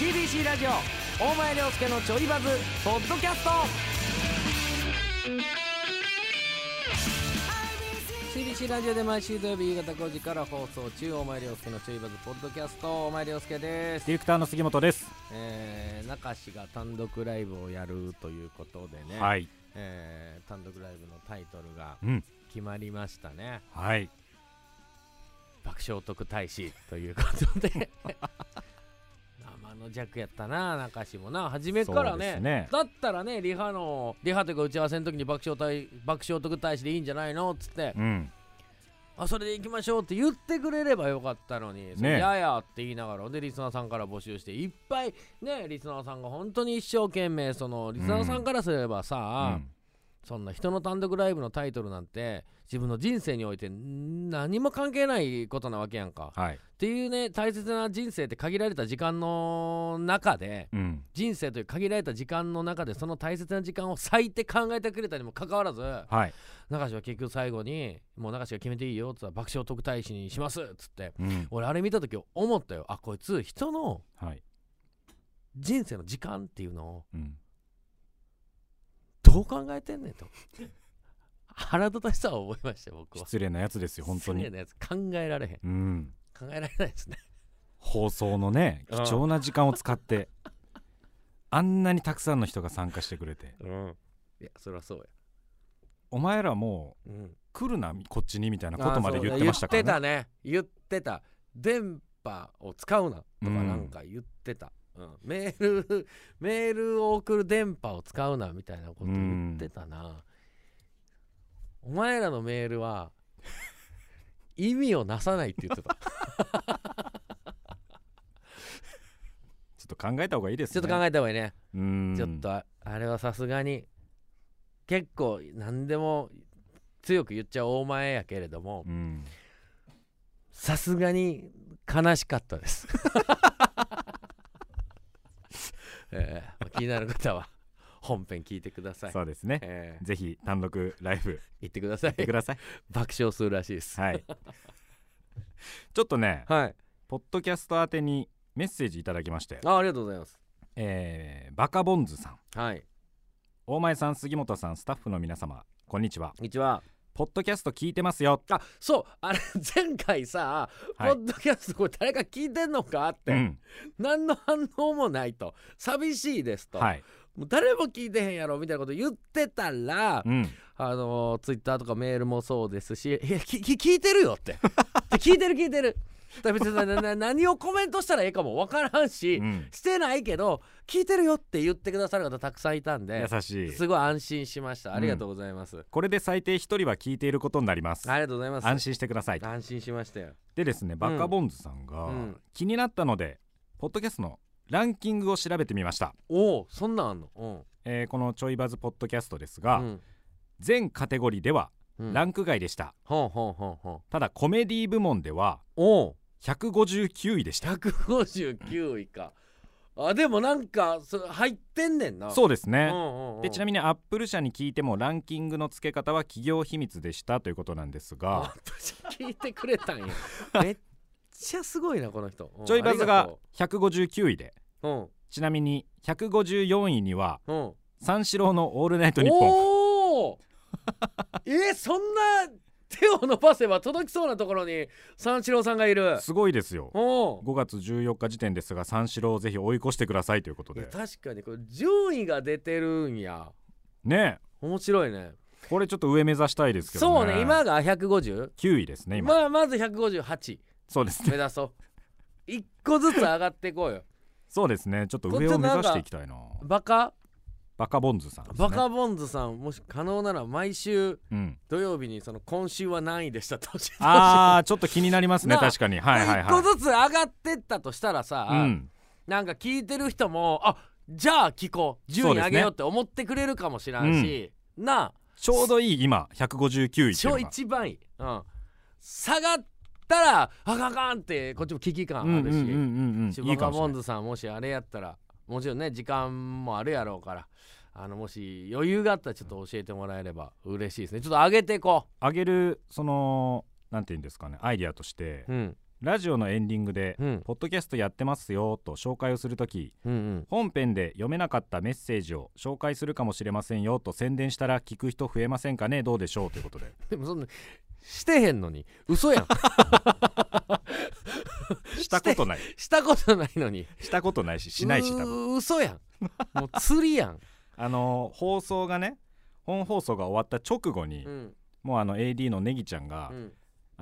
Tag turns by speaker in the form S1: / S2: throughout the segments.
S1: ABC ラジオ大前涼介のちょいバズポッドキャスト CBC ラジオで毎週土曜日夕方5時から放送中大前涼介のちょいバズポッドキャスト大前涼介です
S2: ディレクターの杉本です。
S1: えー、中氏が単独ライブをやるということでね、
S2: はい。
S1: えー単独ライブのタイトルが
S2: うん。
S1: 決まりましたね
S2: はい。
S1: 爆笑特大使ということ で生の弱やったな中氏もな初めから
S2: そうで
S1: ね
S2: すね
S1: だったらねリハのリハというか打ち合わせの時に爆笑大爆笑特大使でいいんじゃないのっつって、
S2: うん。
S1: あそれで行きましょうって言ってくれればよかったのに、それ
S2: ね
S1: ややって言いながらでリスナーさんから募集していっぱいねリスナーさんが本当に一生懸命そのリスナーさんからすればさ、
S2: うん
S1: そんな人の単独ライブのタイトルなんて自分の人生において何も関係ないことなわけやんか。
S2: はい。
S1: っていうね大切な人生って限られた時間の中で
S2: うん。
S1: 人生という限られた時間の中でその大切な時間を割いて考えてくれたにもかかわらず
S2: はい。
S1: 中志は結局最後に「もう中志が決めていいよ」っつったら「爆笑特待使にします」っつって
S2: うん。
S1: 俺あれ見た時思ったよあこいつ人の
S2: はい。
S1: 人生の時間っていうのを
S2: うん。
S1: どう考えてんねんと腹立たしさを覚えましたよ僕は
S2: 失礼なやつですよ、本当
S1: 失礼
S2: に。
S1: なやつ考えられへん
S2: うん。
S1: 考えられないですね
S2: 放送のね、
S1: うん
S2: 貴重な時間を使って、あんなにたくさんの人が参加してくれて、
S1: うんいやそりゃそうや
S2: お前らもう
S1: うん
S2: 来るな、こっちにみたいなことまで言ってましたからね。
S1: ね言ってたね言ってた電波を使うなとか
S2: うん
S1: なんか言ってた、うんメール メールを送る電波を使うなみたいなこと言ってたな、お前らのメール は意味をなさないって言ってた
S2: ちょっと考えた方がいいです
S1: ちょ
S2: ね。
S1: っと考
S2: え、
S1: えた方がいいね、
S2: うん。
S1: ちょっとああれはさすがに結構何でも強く言っちゃう大前やけれども
S2: うん。
S1: さすがに悲しかったです。 えーまあ気になる方は本編聞いてください。
S2: そうですね。
S1: えー
S2: ぜひ単独ライブ
S1: 言
S2: 行
S1: ってください
S2: って。く ださい。
S1: 爆笑するらしいです。
S2: はい。ちょっとね、
S1: はい。
S2: ポッドキャスト宛てにメッセージいただきまして、
S1: あありがとうございます。
S2: えー、バカボンズさん
S1: はい。
S2: 大前さん杉本さんスタッフの皆様こんにちは
S1: こんにちは。
S2: ポッドキャスト聞いてますよ
S1: あそうあれ 前回さ、
S2: はい
S1: ポッドキャストこれ誰か聞いてんのかって、
S2: うん
S1: 何の反応もないと寂しいですと、
S2: はい、
S1: もう誰も聞いてへんやろみたいなこと言ってたら、
S2: うん、
S1: あのツイッター Twitter とかメールもそうですし「いやきき聞いてるよ」って 「聞いてる聞いてる」だから別になな何をコメントしたらええかも分からんし、
S2: うん、
S1: してないけど「聞いてるよ」って言ってくださる方たくさんいたんで
S2: 優しい
S1: すごい安心しましたありがとうございます、
S2: これで最低一人は聞いていることになります
S1: ありがとうございます
S2: 安心してください
S1: 安心しましたよ
S2: でですねバカボンズさんが、
S1: うん
S2: 気になったのでポッドキャストのランキングを調べてみました、
S1: おおそんなんあんのうん
S2: えーこのちょいバズポッドキャストですが、
S1: うん
S2: 全カテゴリーでは
S1: うん
S2: ランク外でした、
S1: ほんほんほんほん
S2: ただコメディ部門では
S1: おお
S2: 159位でした
S1: 159位かあでもなんかそ入ってんねんな
S2: そうです
S1: うん
S2: ね、
S1: うん
S2: でちな
S1: みに
S2: みにアップル社に聞いてもランキングの付け方は企業秘密でしたということなんですが
S1: 聞いてくれた んやめっちゃすごいなこの人うん
S2: ジョイバズ
S1: あり
S2: が
S1: と
S2: 159位で
S1: ううん
S2: ちなみに154位には
S1: うん
S2: 三四郎の「オールナイトニッポン
S1: おおえーそんな手を伸ばせば届きそうなところに三四郎さんがいる」
S2: すごいですよ
S1: お
S2: 5月14日時点ですが三四郎をぜひ追い越してくださいということ
S1: いや
S2: で
S1: 確かにこれ順位が出てるんや
S2: ね
S1: 面白いね
S2: えこれちょっと上目指したいですけど
S1: そ
S2: ね
S1: うね今が 150?
S2: 9位ですね今、
S1: まあまず158
S2: そうです
S1: 目
S2: ね
S1: 指 そう一個ずつ上がっていこうよ
S2: そうですねちょっと上を目指していきたいな
S1: バカ
S2: バカボンズさんですね、
S1: バカボンズさんもし可能なら毎週
S2: うん
S1: 土曜日 にその今週は何位でしたって教えてほしい
S2: ああちょっと気になりますね
S1: なあ
S2: 確かにはいはい
S1: 一
S2: はい
S1: 個ずつ上がってったとしたらさ、
S2: うん
S1: なんか聞いてる人もあじゃあ聞こう順位上げようって思ってくれるかもしらんし、な
S2: ちょうどいい今159
S1: あ
S2: 位ってい
S1: 超
S2: うのが
S1: 一番いい、うん、下がったらあかんあかんってこっちも危機感あるし、
S2: うんうんうんうん、
S1: シ
S2: い
S1: バ
S2: い
S1: カ
S2: か
S1: モン
S2: もしれない
S1: ズさんもしあれやったらもちろんね時間もあるやろうからあのもし余裕があったらちょっと教えてもらえれば嬉しいですねちょっと上げていこ
S2: 上げるそのなんていうんですかねアイディアとして
S1: う、うん、
S2: ラジオのエンディングで
S1: うん
S2: 「ポッドキャストやってますよ」と紹介をするとき
S1: うんうん
S2: 本編で読めなかったメッセージを紹介するかもしれませんよと宣伝したら聞く人増えませんかねどうでしょうというこ とで
S1: でもそんなしてへんのに嘘 やん
S2: したことない
S1: したことないのに
S2: したことないししないし多分
S1: う嘘やんもう釣りやん、
S2: あのー放送がね本放送が終わった直後に、
S1: うん
S2: もうあの AD のネギちゃんが、
S1: うん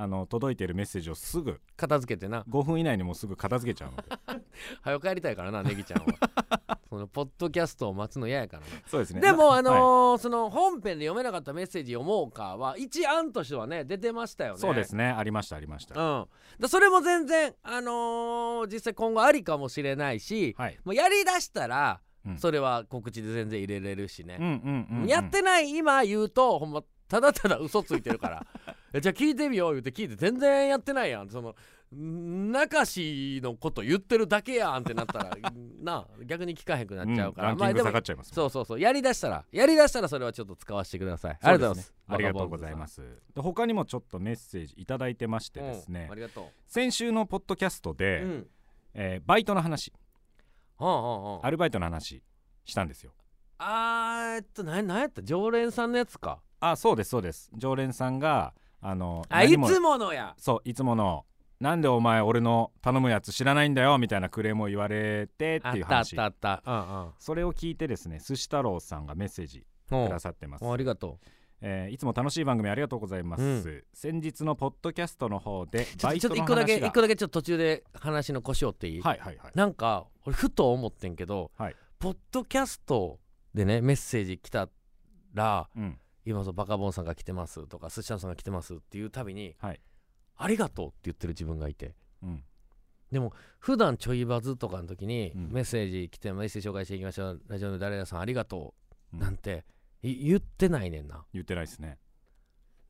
S2: あの届いてるメッセージをすぐ
S1: 片付けてな
S2: 5分以内にもうすぐ片付けちゃうので
S1: 早く帰りたい からなネギちゃんはそのポッドキャストを待つの嫌やからな
S2: そうですね
S1: でも
S2: な
S1: あの
S2: は
S1: ーその本編で読めなかったメッセージ読もうかは一案としてはね出てましたよ
S2: い
S1: ね
S2: そうですねありましたありまし
S1: うん、
S2: た、
S1: だそれも全然あのー実際今後ありかもしれないし、
S2: はい
S1: もうやりだしたら、
S2: うん
S1: それは告知で全然入れれるし
S2: うん
S1: ね、
S2: うんうんうん
S1: やってない今言うとほんまただただ嘘ついてるから えじゃあ聞いてみよう言うて聞いて全然やってないやんそのん中氏のこと言ってるだけやんってなったら なあ逆に聞かへんくなっちゃうから、
S2: んランキン
S1: まあ
S2: グ
S1: で
S2: 下
S1: も
S2: がっちゃいます、
S1: そうそうそうやりだしたらやりだしたらそれはちょっと使わせてくださいありがとうございます
S2: ありがとうございますで他にもちょっとメッセージいただいてましてですね、
S1: うんありがとう、
S2: 先週のポッドキャストで、
S1: うん
S2: えーバイトの話
S1: はあはあはあ
S2: アルバイトの話したんですよ
S1: あーえっと何やった常連さんのやつか
S2: あそうですそうです常連さんがあの
S1: あい
S2: 何も
S1: つものや
S2: そういつものなんでお前俺の頼むやつ知らないんだよみたいなクレームを言われてっ
S1: あ
S2: て
S1: っ
S2: いう
S1: たあっ
S2: 話
S1: たあったうん
S2: それを聞いてですね寿司太郎さんがメッセージ
S1: うん
S2: くださってます
S1: うんありがとう
S2: えーいつも楽しい番組ありがとうございます、
S1: うん
S2: 先日のポッドキャストの方で
S1: ちょっ
S2: バ
S1: と
S2: イ
S1: ちょ
S2: ト
S1: っ
S2: の
S1: と一
S2: 話が
S1: 個だけ一個だけちょっと途中で話の腰折っていい、
S2: はいはいはい
S1: なんか俺ふと思ってんけど、
S2: はい
S1: ポッドキャストでねメッセージ来たら
S2: うん
S1: 今そのバカボンさんが来てますとかスシャンさんが来てますっていうたびに、
S2: はい
S1: ありがとうって言ってる自分がいて
S2: うん
S1: 普段ちょいバズとかの時に、
S2: うん
S1: メッセージ来てメッセージ紹介していきましょうラジオの誰々さんありがと
S2: う
S1: う、
S2: ん
S1: なんてい言ってないねんな
S2: 言ってないですね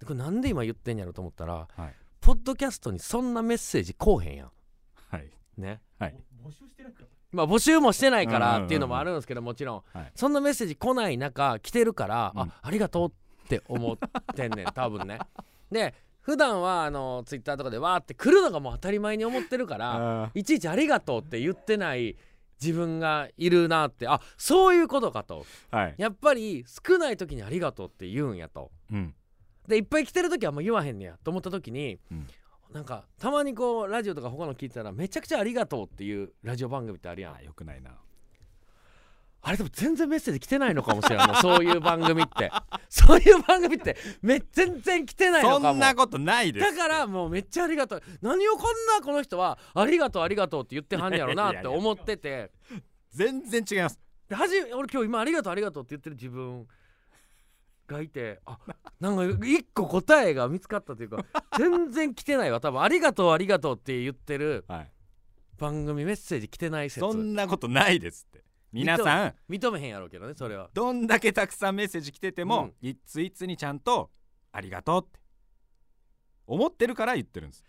S1: でこれなんで今言ってんやろと思ったら、
S2: はい
S1: ポッドキャストにそんなメッセージこうへんやん
S2: はい
S1: ね
S2: はい
S1: まあ募集もしてないか
S2: うんうんうん
S1: ら
S2: うん
S1: っていうのもあるんですけどもちろん、
S2: はい
S1: そんなメッセージ来ない中来てるから、
S2: うん
S1: あありがとうって思ってんねん多分ねで普段はあのツイッターとかでわーって来るのがもう当たり前に思ってるから
S2: あ
S1: いちいち「ありがとう」って言ってない自分がいるなってあそういうことかと
S2: ーはい
S1: やっぱり少ない時に「ありがとう」って言うんやと
S2: うん
S1: でいっぱい来てる時はもう言わへんねやと思った時に、
S2: うん
S1: なんかたまにこうラジオとか他の聞いてたらめちゃくちゃ「ありがとう」っていうラジオ番組ってあるやん
S2: あよくないな
S1: あれでも全然メッセージ来てないのかもしれないそういう番組ってそういう番組ってめ全然来てないの
S2: そ
S1: かも
S2: んなことないです
S1: だからもうめっちゃありがとう何をこんなこの人はありがとうありがとうって言ってはんねやろなって思ってて
S2: 全然違います
S1: で初め俺今日今ありがとうありがとうって言ってる自分がいてあなんか一個答えが見つかったというか全然来てないわ多分ありがとうありがとうって言ってる
S2: はい
S1: 番組メッセージ来てない説
S2: そんなことないですって皆さん
S1: 認めへんやろうけどねそれは
S2: どんだけたくさんメッセージ来てても、
S1: う
S2: いついつにちゃんと「ありがとう」って思ってるから言ってるんです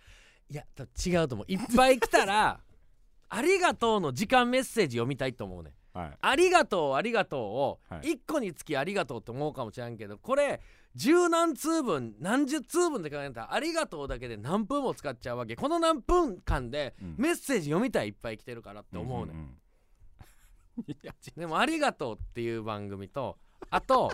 S1: いや多分違うと思ういっぱい来た らありがとうの時間メッセージ読みたいと思うねん
S2: はい
S1: ありがとうありがとうを
S2: はい
S1: 1個につきありがとうって思うかもしれんけどこれ十何通分何十通分って考えたらありがとうだけで何分も使っちゃうわけこの何分間で
S2: うん
S1: メッセージ読みたいいっぱい来てるからって思うね、
S2: んんうんいやち
S1: でも「ありがとう」っていう番組とあ と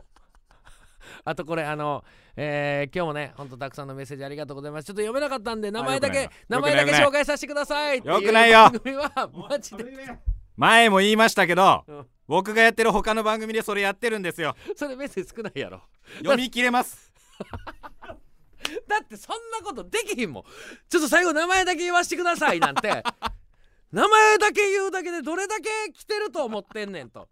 S1: あとこれあの、えー今日もねほんとたくさんのメッセージありがとうございますちょっと読めなかったんで名前だ
S2: あ
S1: け
S2: よくない
S1: 名前
S2: よ
S1: だけ
S2: よくないよ
S1: 紹介させてくださいっていう
S2: よくないよ
S1: 番組はマジで
S2: 前も言いましたけど、
S1: うん
S2: 僕がやってる他の番組でそれやってるんで すよ
S1: それメッセージ少ないやろ
S2: 読み切れます
S1: だってそんなことできひんもんちょっと最後名前だけ言わしてくださいなんて名前だけ言うだけでどれだけ来てると思ってんねんと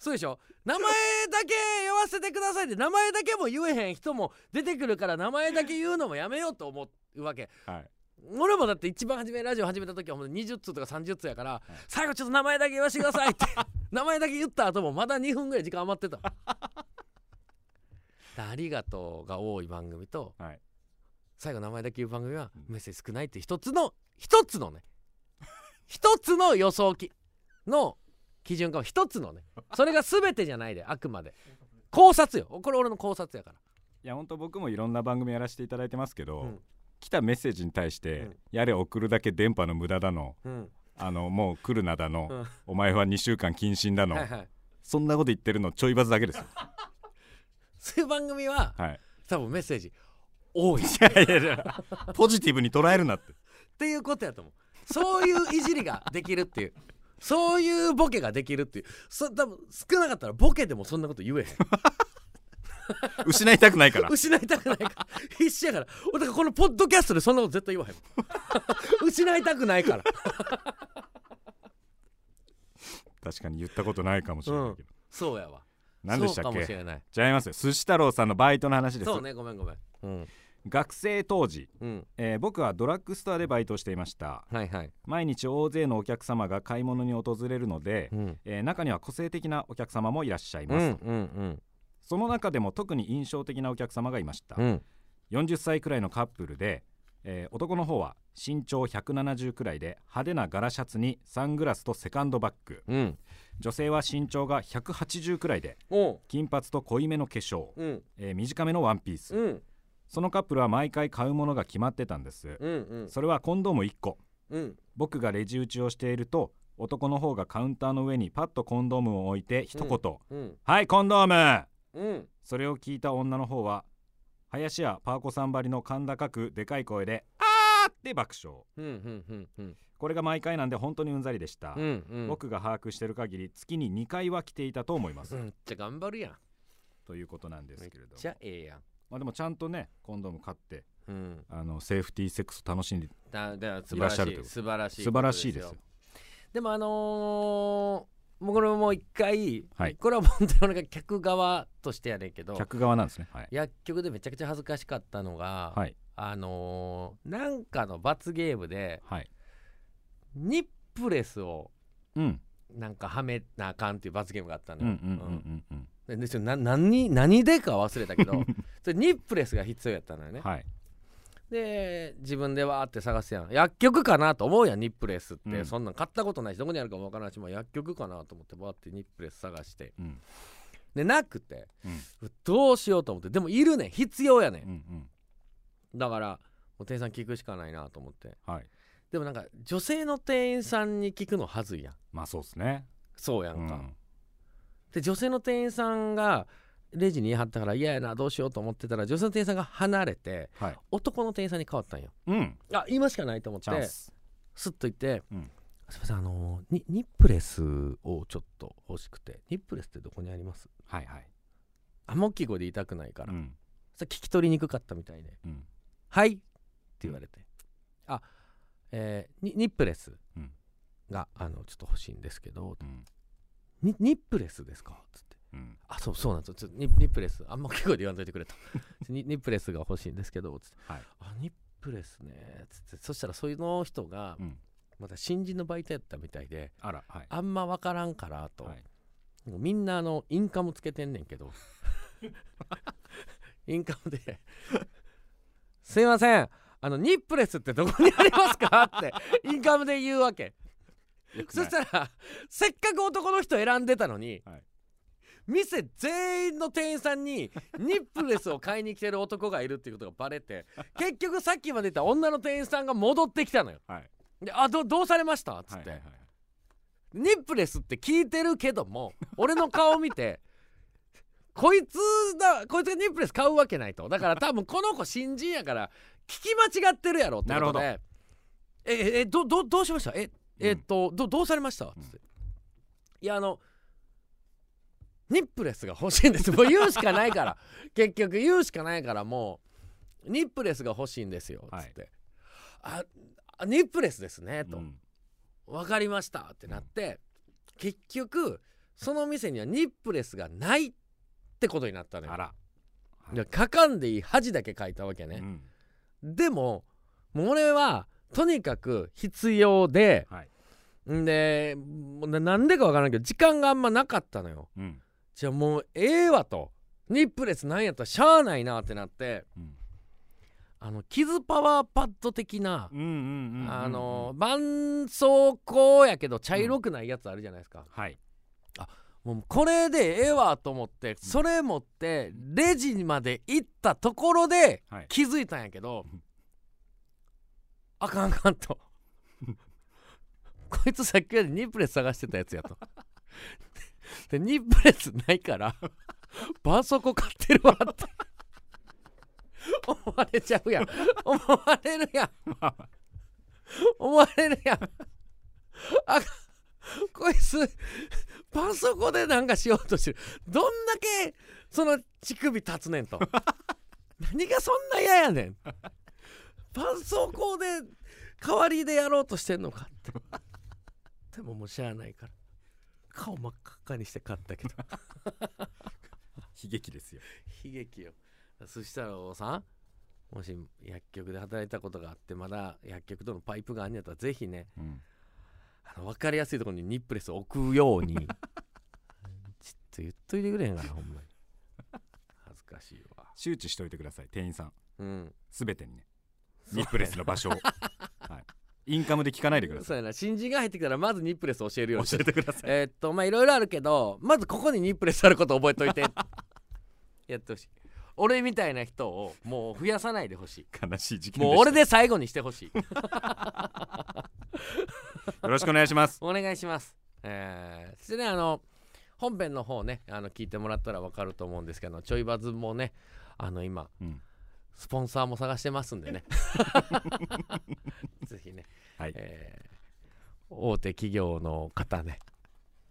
S1: そうでしょ名前だけ言わせてくださいって名前だけも言えへん人も出てくるから名前だけ言うのもやめようと思うわけ
S2: はい
S1: 俺もだって一番初めラジオ始めた時はほんと20通とか30通やから、最後ちょっと名前だけ言わしてくださいって 名前だけ言った後もまだ2分ぐらい時間余ってたありがとうが多い番組と、
S2: はい
S1: 最後名前だけ言う番組は
S2: うん
S1: メッセージ少ないって一つの一つのね一つの予想きの基準か一つのねそれが全てじゃないであくまで考察よこれ俺の考察やから
S2: いや本当僕もいろんな番組やらせていただいてますけど、
S1: うん
S2: 来たメッセージに対して、
S1: うん
S2: やれ送るだけ電波の無駄だの
S1: うん
S2: あのもう来るなだの、
S1: うん
S2: お前は2週間謹慎だの、
S1: はいはい
S2: そんなこと言ってるのちょいバズだけですよ
S1: そういう番組は
S2: はい
S1: 多分メッセージ多いっ
S2: いやいやいや ポジティブに捉えるなって
S1: ていうことやと思うそういういじりができるっていうそういうボケができるっていうそ多分少なかったらボケでもそんなこと言えへん
S2: 失いたくないから
S1: 失いたくないから必死やから俺だからこのポッドキャストでそんなこと絶対言わへんもん失いたくないから
S2: 確かに言ったことないかもしれないけど、
S1: そうやわ
S2: 何でした
S1: そう
S2: っ
S1: かもし
S2: け
S1: れない
S2: じゃいますよ寿司太郎さんのバイトの話です、
S1: そうねごめんごめんうん
S2: 学生当時、
S1: うん
S2: えー僕はドラッグストアでバイトしていました
S1: はいはい
S2: 毎日大勢のお客様が買い物に訪れるので、
S1: うん
S2: えー中には個性的なお客様もいらっしゃいうま
S1: ん
S2: す、
S1: うん
S2: その中でも特に印象的なお客様がいました、
S1: うんうん
S2: 40歳くらいのカップルで、えー男の方は身長170くらいで派手な柄シャツにサングラスとセカンドバッグ
S1: うん
S2: 女性は身長が180くらいで
S1: おう
S2: 金髪と濃いめの化粧、
S1: うん
S2: えー短めのワンピース、
S1: うん
S2: そのカップルは毎回買うものが決まってたんです、
S1: うんうん
S2: それはコンドーム1個
S1: うん
S2: 僕がレジ打ちをしていると男の方がカウンターの上にパッとコンドームを置いて一言「
S1: うん
S2: はいコンドーム!
S1: うん」
S2: それを聞いた女の方は林家パーコさんばりの甲高くでかい声で「あー!」って爆笑
S1: うんうんうんうん
S2: これが毎回なんで本当にうんざりでした、
S1: うんうん
S2: 僕が把握してる限り月に2回は来ていたと思います、
S1: めっちゃ頑張るやん
S2: ということなんです
S1: めっ
S2: けれども
S1: ちゃええやん
S2: まあ、でもちゃんとねコンドーム買って
S1: うん
S2: あのセーフティーセックスを楽しんで
S1: だだ素晴
S2: いら
S1: ら
S2: っし
S1: し
S2: ゃるという
S1: い素晴らしい
S2: 素晴らしいですよ
S1: ことでもあのー、もうこれもう一回、
S2: はい
S1: これは本当に俺が客側としてやねんけど
S2: 客側なんですねはい、
S1: 薬局でめちゃくちゃ恥ずかしかったのが、
S2: はい
S1: あのーなんかの罰ゲームで
S2: はい、
S1: ニップレスを
S2: うん
S1: なんかはめなあかんっていう罰ゲームがあった
S2: う
S1: の
S2: んう
S1: よ、
S2: んうんうん
S1: うんでちょな何何でかは忘れたけ どそれニップレスが必要やったのよ
S2: うん
S1: ね、
S2: はい
S1: で自分でわーって探すやん薬局かなと思うやんニップレスって、
S2: うん
S1: そんなん買ったことないしどこにあるかもわからんし、まあ、薬局かなと思ってわーってニップレス探して
S2: うん
S1: でなくて、
S2: うん
S1: どうしようと思ってでもいるねん必要やね
S2: うんうん
S1: んだからもう店員さん聞くしかないなと思って
S2: はい
S1: でもなんか女性の店員さんに聞くのはずいやん
S2: まあそうですね
S1: そうや
S2: うん
S1: か、
S2: ん
S1: で女性の店員さんがレジに言い張ったから嫌やなどうしようと思ってたら女性の店員さんが離れて
S2: はい
S1: 男の店員さんに変わったんよ
S2: うん
S1: あ今しかないと思っ
S2: チャン
S1: て
S2: ス
S1: スッと言って、
S2: うん
S1: すいませんあのニニップレスをちょっと欲しくてニップレスってどこにあります
S2: はいはい
S1: あんま大きい声で言いたくないから、
S2: うん
S1: それ聞き取りにくかったみたいで
S2: うん
S1: 「はい」って言われて「あえーニニップレス
S2: うん
S1: があのちょっと欲しいんですけど
S2: うん
S1: ニニップレスですか?」つって。
S2: うん
S1: あそうそうなんですよちょっとニニップレスあんま大きい声で言わんといてくれ とニニップレスが欲しいんですけどつって、
S2: はい
S1: あニップレスねつってそしたらその人が
S2: うん
S1: また新人のバイトやったみたいで
S2: あらはい
S1: あんま分からんからと、
S2: はい
S1: みんなあのインカムつけてんねん けどインカムで「すいませんあのニップレスってどこにありますか?」ってインカムで言うわけ
S2: よく
S1: そ
S2: な
S1: し
S2: い
S1: たらせっかく男の人選んでたのに、
S2: はい
S1: 店全員の店員さんにニップレスを買いに来てる男がいるっていうことがバレ て結局さっきまでいた女の店員さんが戻ってきたのよ。
S2: はい
S1: で「あどどうされました?」っつって、
S2: はいはいはい
S1: ニップレスって聞いてるけど も俺の顔見てこいつだこいつがニップレス買うわけないとだから多分この子新人やから聞き間違ってるやろってことで
S2: な
S1: えええどどどうしましたええっと、どどうされました?」つって、いやあのニップレスが欲しいんですもう言うしかないから 結局言うしかないからもうニップレスが欲しいんですよ」つって、ああニップレスですね」と。
S2: うん
S1: 分かりましたってなって、結局その店にはニップレスがないってことになったのよ
S2: あら
S1: いや書かんでいい恥だけ書いたわけ
S2: う
S1: ね、
S2: ん
S1: でももう俺はとにかく必要で
S2: はい
S1: んでもうななんでか分からんけど時間があんまなかったのよ
S2: うん
S1: じゃあもうええわとニップレスなんやったらしゃあないなってなって
S2: うん
S1: あのキズパワーパッド的な、
S2: うんうんうんうん
S1: あの絆創膏やけど茶色くないやつあるじゃないですか、
S2: はい
S1: もうこれでええわと思ってそれ持ってレジまで行ったところで
S2: はい
S1: 気づいたんやけど
S2: うん
S1: あかんあかんと こいつさっきまでニップレス探してたやつやと でニップレスないから絆創膏買ってるわって 思われちゃうやん思われるやん思われるやんあかんこいつ絆創膏でなんかしようとしてるどんだけその乳首立つねんと何がそんな嫌やねん絆創膏で代わりでやろうとしてんのかってでももうしゃあないから顔真っ赤っかにして買ったけど
S2: 悲劇ですよ
S1: 悲劇よそしたらおさんもし薬局で働いたことがあってまだ薬局とのパイプがあんねやったらぜひね
S2: うん
S1: あの分かりやすいところにニップレス置くよう にちょっと言っといてくれへんかなほんまに恥ずかしいわ
S2: 周知しておいてください店員さん
S1: うん
S2: すべてにねニップレスの 場所を、はい、インカムで聞かないでくだ
S1: そ
S2: さ
S1: うやな新人が入ってきたらまずニップレス教える
S2: い
S1: よう
S2: 教
S1: にして
S2: えてください
S1: えーっとまあいろいろあるけどまずここにニップレスあること覚えといて やってほしい俺みたいな人をもう増やさないでほしい
S2: 悲しい事件
S1: もう
S2: した
S1: 俺で最後にしてほしい
S2: よろしくお願いします
S1: お願いしますえー、そしてねあの本編の方ねあの聞いてもらったらわかると思うんですけどちょいバズもねあの今
S2: うん
S1: スポンサーも探してますんで ねぜひね、
S2: はい
S1: えー大手企業の方ね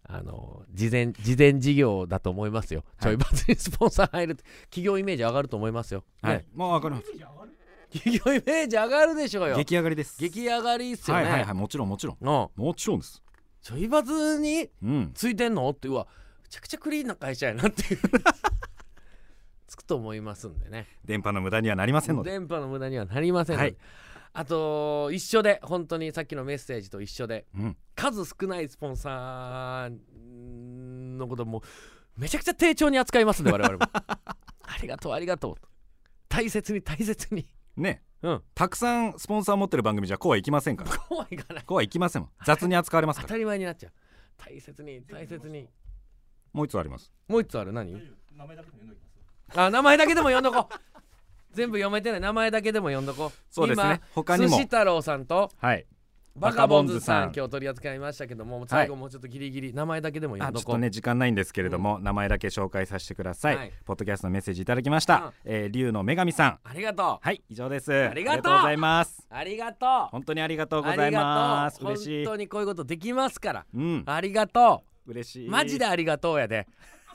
S1: あの事前事前事業だと思いますよ、ち
S2: はい
S1: ょいバズにスポンサー入ると企業イメージ上がると思いますよ、
S2: はい、
S1: ね
S2: もう上がります
S1: 企業イメージ上がるでしょうよ
S2: 激上がりです
S1: 激上がりっすよ
S2: は
S1: ね、
S2: いはいはいもちろんもちろん
S1: うん
S2: もちろんです
S1: ちょいバズに
S2: うん
S1: ついてんのってうわめちゃくちゃクリーンな会社やな っていうつくと思いますんでね
S2: 電波の無駄にはなりませんので
S1: 電波の無駄にはなりませんので、
S2: はい
S1: あと一緒で本当にさっきのメッセージと一緒で
S2: うん
S1: 数少ないスポンサーのこともめちゃくちゃ丁重に扱いますんで我 々もありがとうありがとうと大切に大切に
S2: ね
S1: うん
S2: たくさんスポンサー持ってる番組じゃこうはいきませんから こ
S1: 怖いから
S2: うはいきませんもん雑に扱われます
S1: 当
S2: から
S1: たり前になっちゃう大切に大切に
S2: もう一つあります
S1: もう一つある何あ名前だけでも読んどこう全部読めてない名前だけでも読んどこう
S2: そうですね他
S1: 今
S2: に
S1: 寿
S2: も
S1: 司太郎さんと
S2: はい
S1: バカボンズさ
S2: バカボンズさん
S1: ん今日取り扱いましたけども最後もうちょっとギリギリ名前だけでも読
S2: あ
S1: ん
S2: ちょ
S1: ど
S2: っ
S1: こう、
S2: とね時間ないんですけれども、名前だけ紹介させてください、
S1: はい
S2: ポッドキャストのメッセージいただきました、えー、龍の女神さん
S1: ありがとう
S2: はい以上です
S1: りがとう
S2: ございます
S1: ありがとう
S2: 本当にありがとうご
S1: あ
S2: ざい
S1: り
S2: ま
S1: が
S2: す
S1: とう
S2: 嬉しい
S1: 本当にこういうことできますから
S2: うん
S1: ありがと
S2: 嬉し
S1: う
S2: い
S1: マジでありがとうやで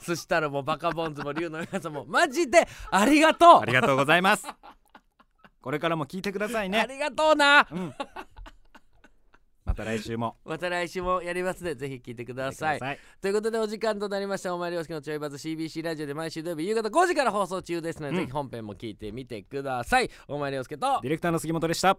S1: 寿司太郎もバカボンズも龍の皆さんもマジでありがとう
S2: ありがとうございます これからも聞いてください
S1: あ
S2: ね
S1: りがとうな
S2: うんまた来週も
S1: また来週もやりますのでぜひ聞いてくだ
S2: 来てく
S1: さいということでお時間となりましたお前りょうすけのちょいバズ CBC ラジオで毎週土曜日夕方5時から放送中ですので、
S2: うん
S1: ぜひ本編も聞いてみてくださいお前りょうすけと
S2: ディレクターの杉本でした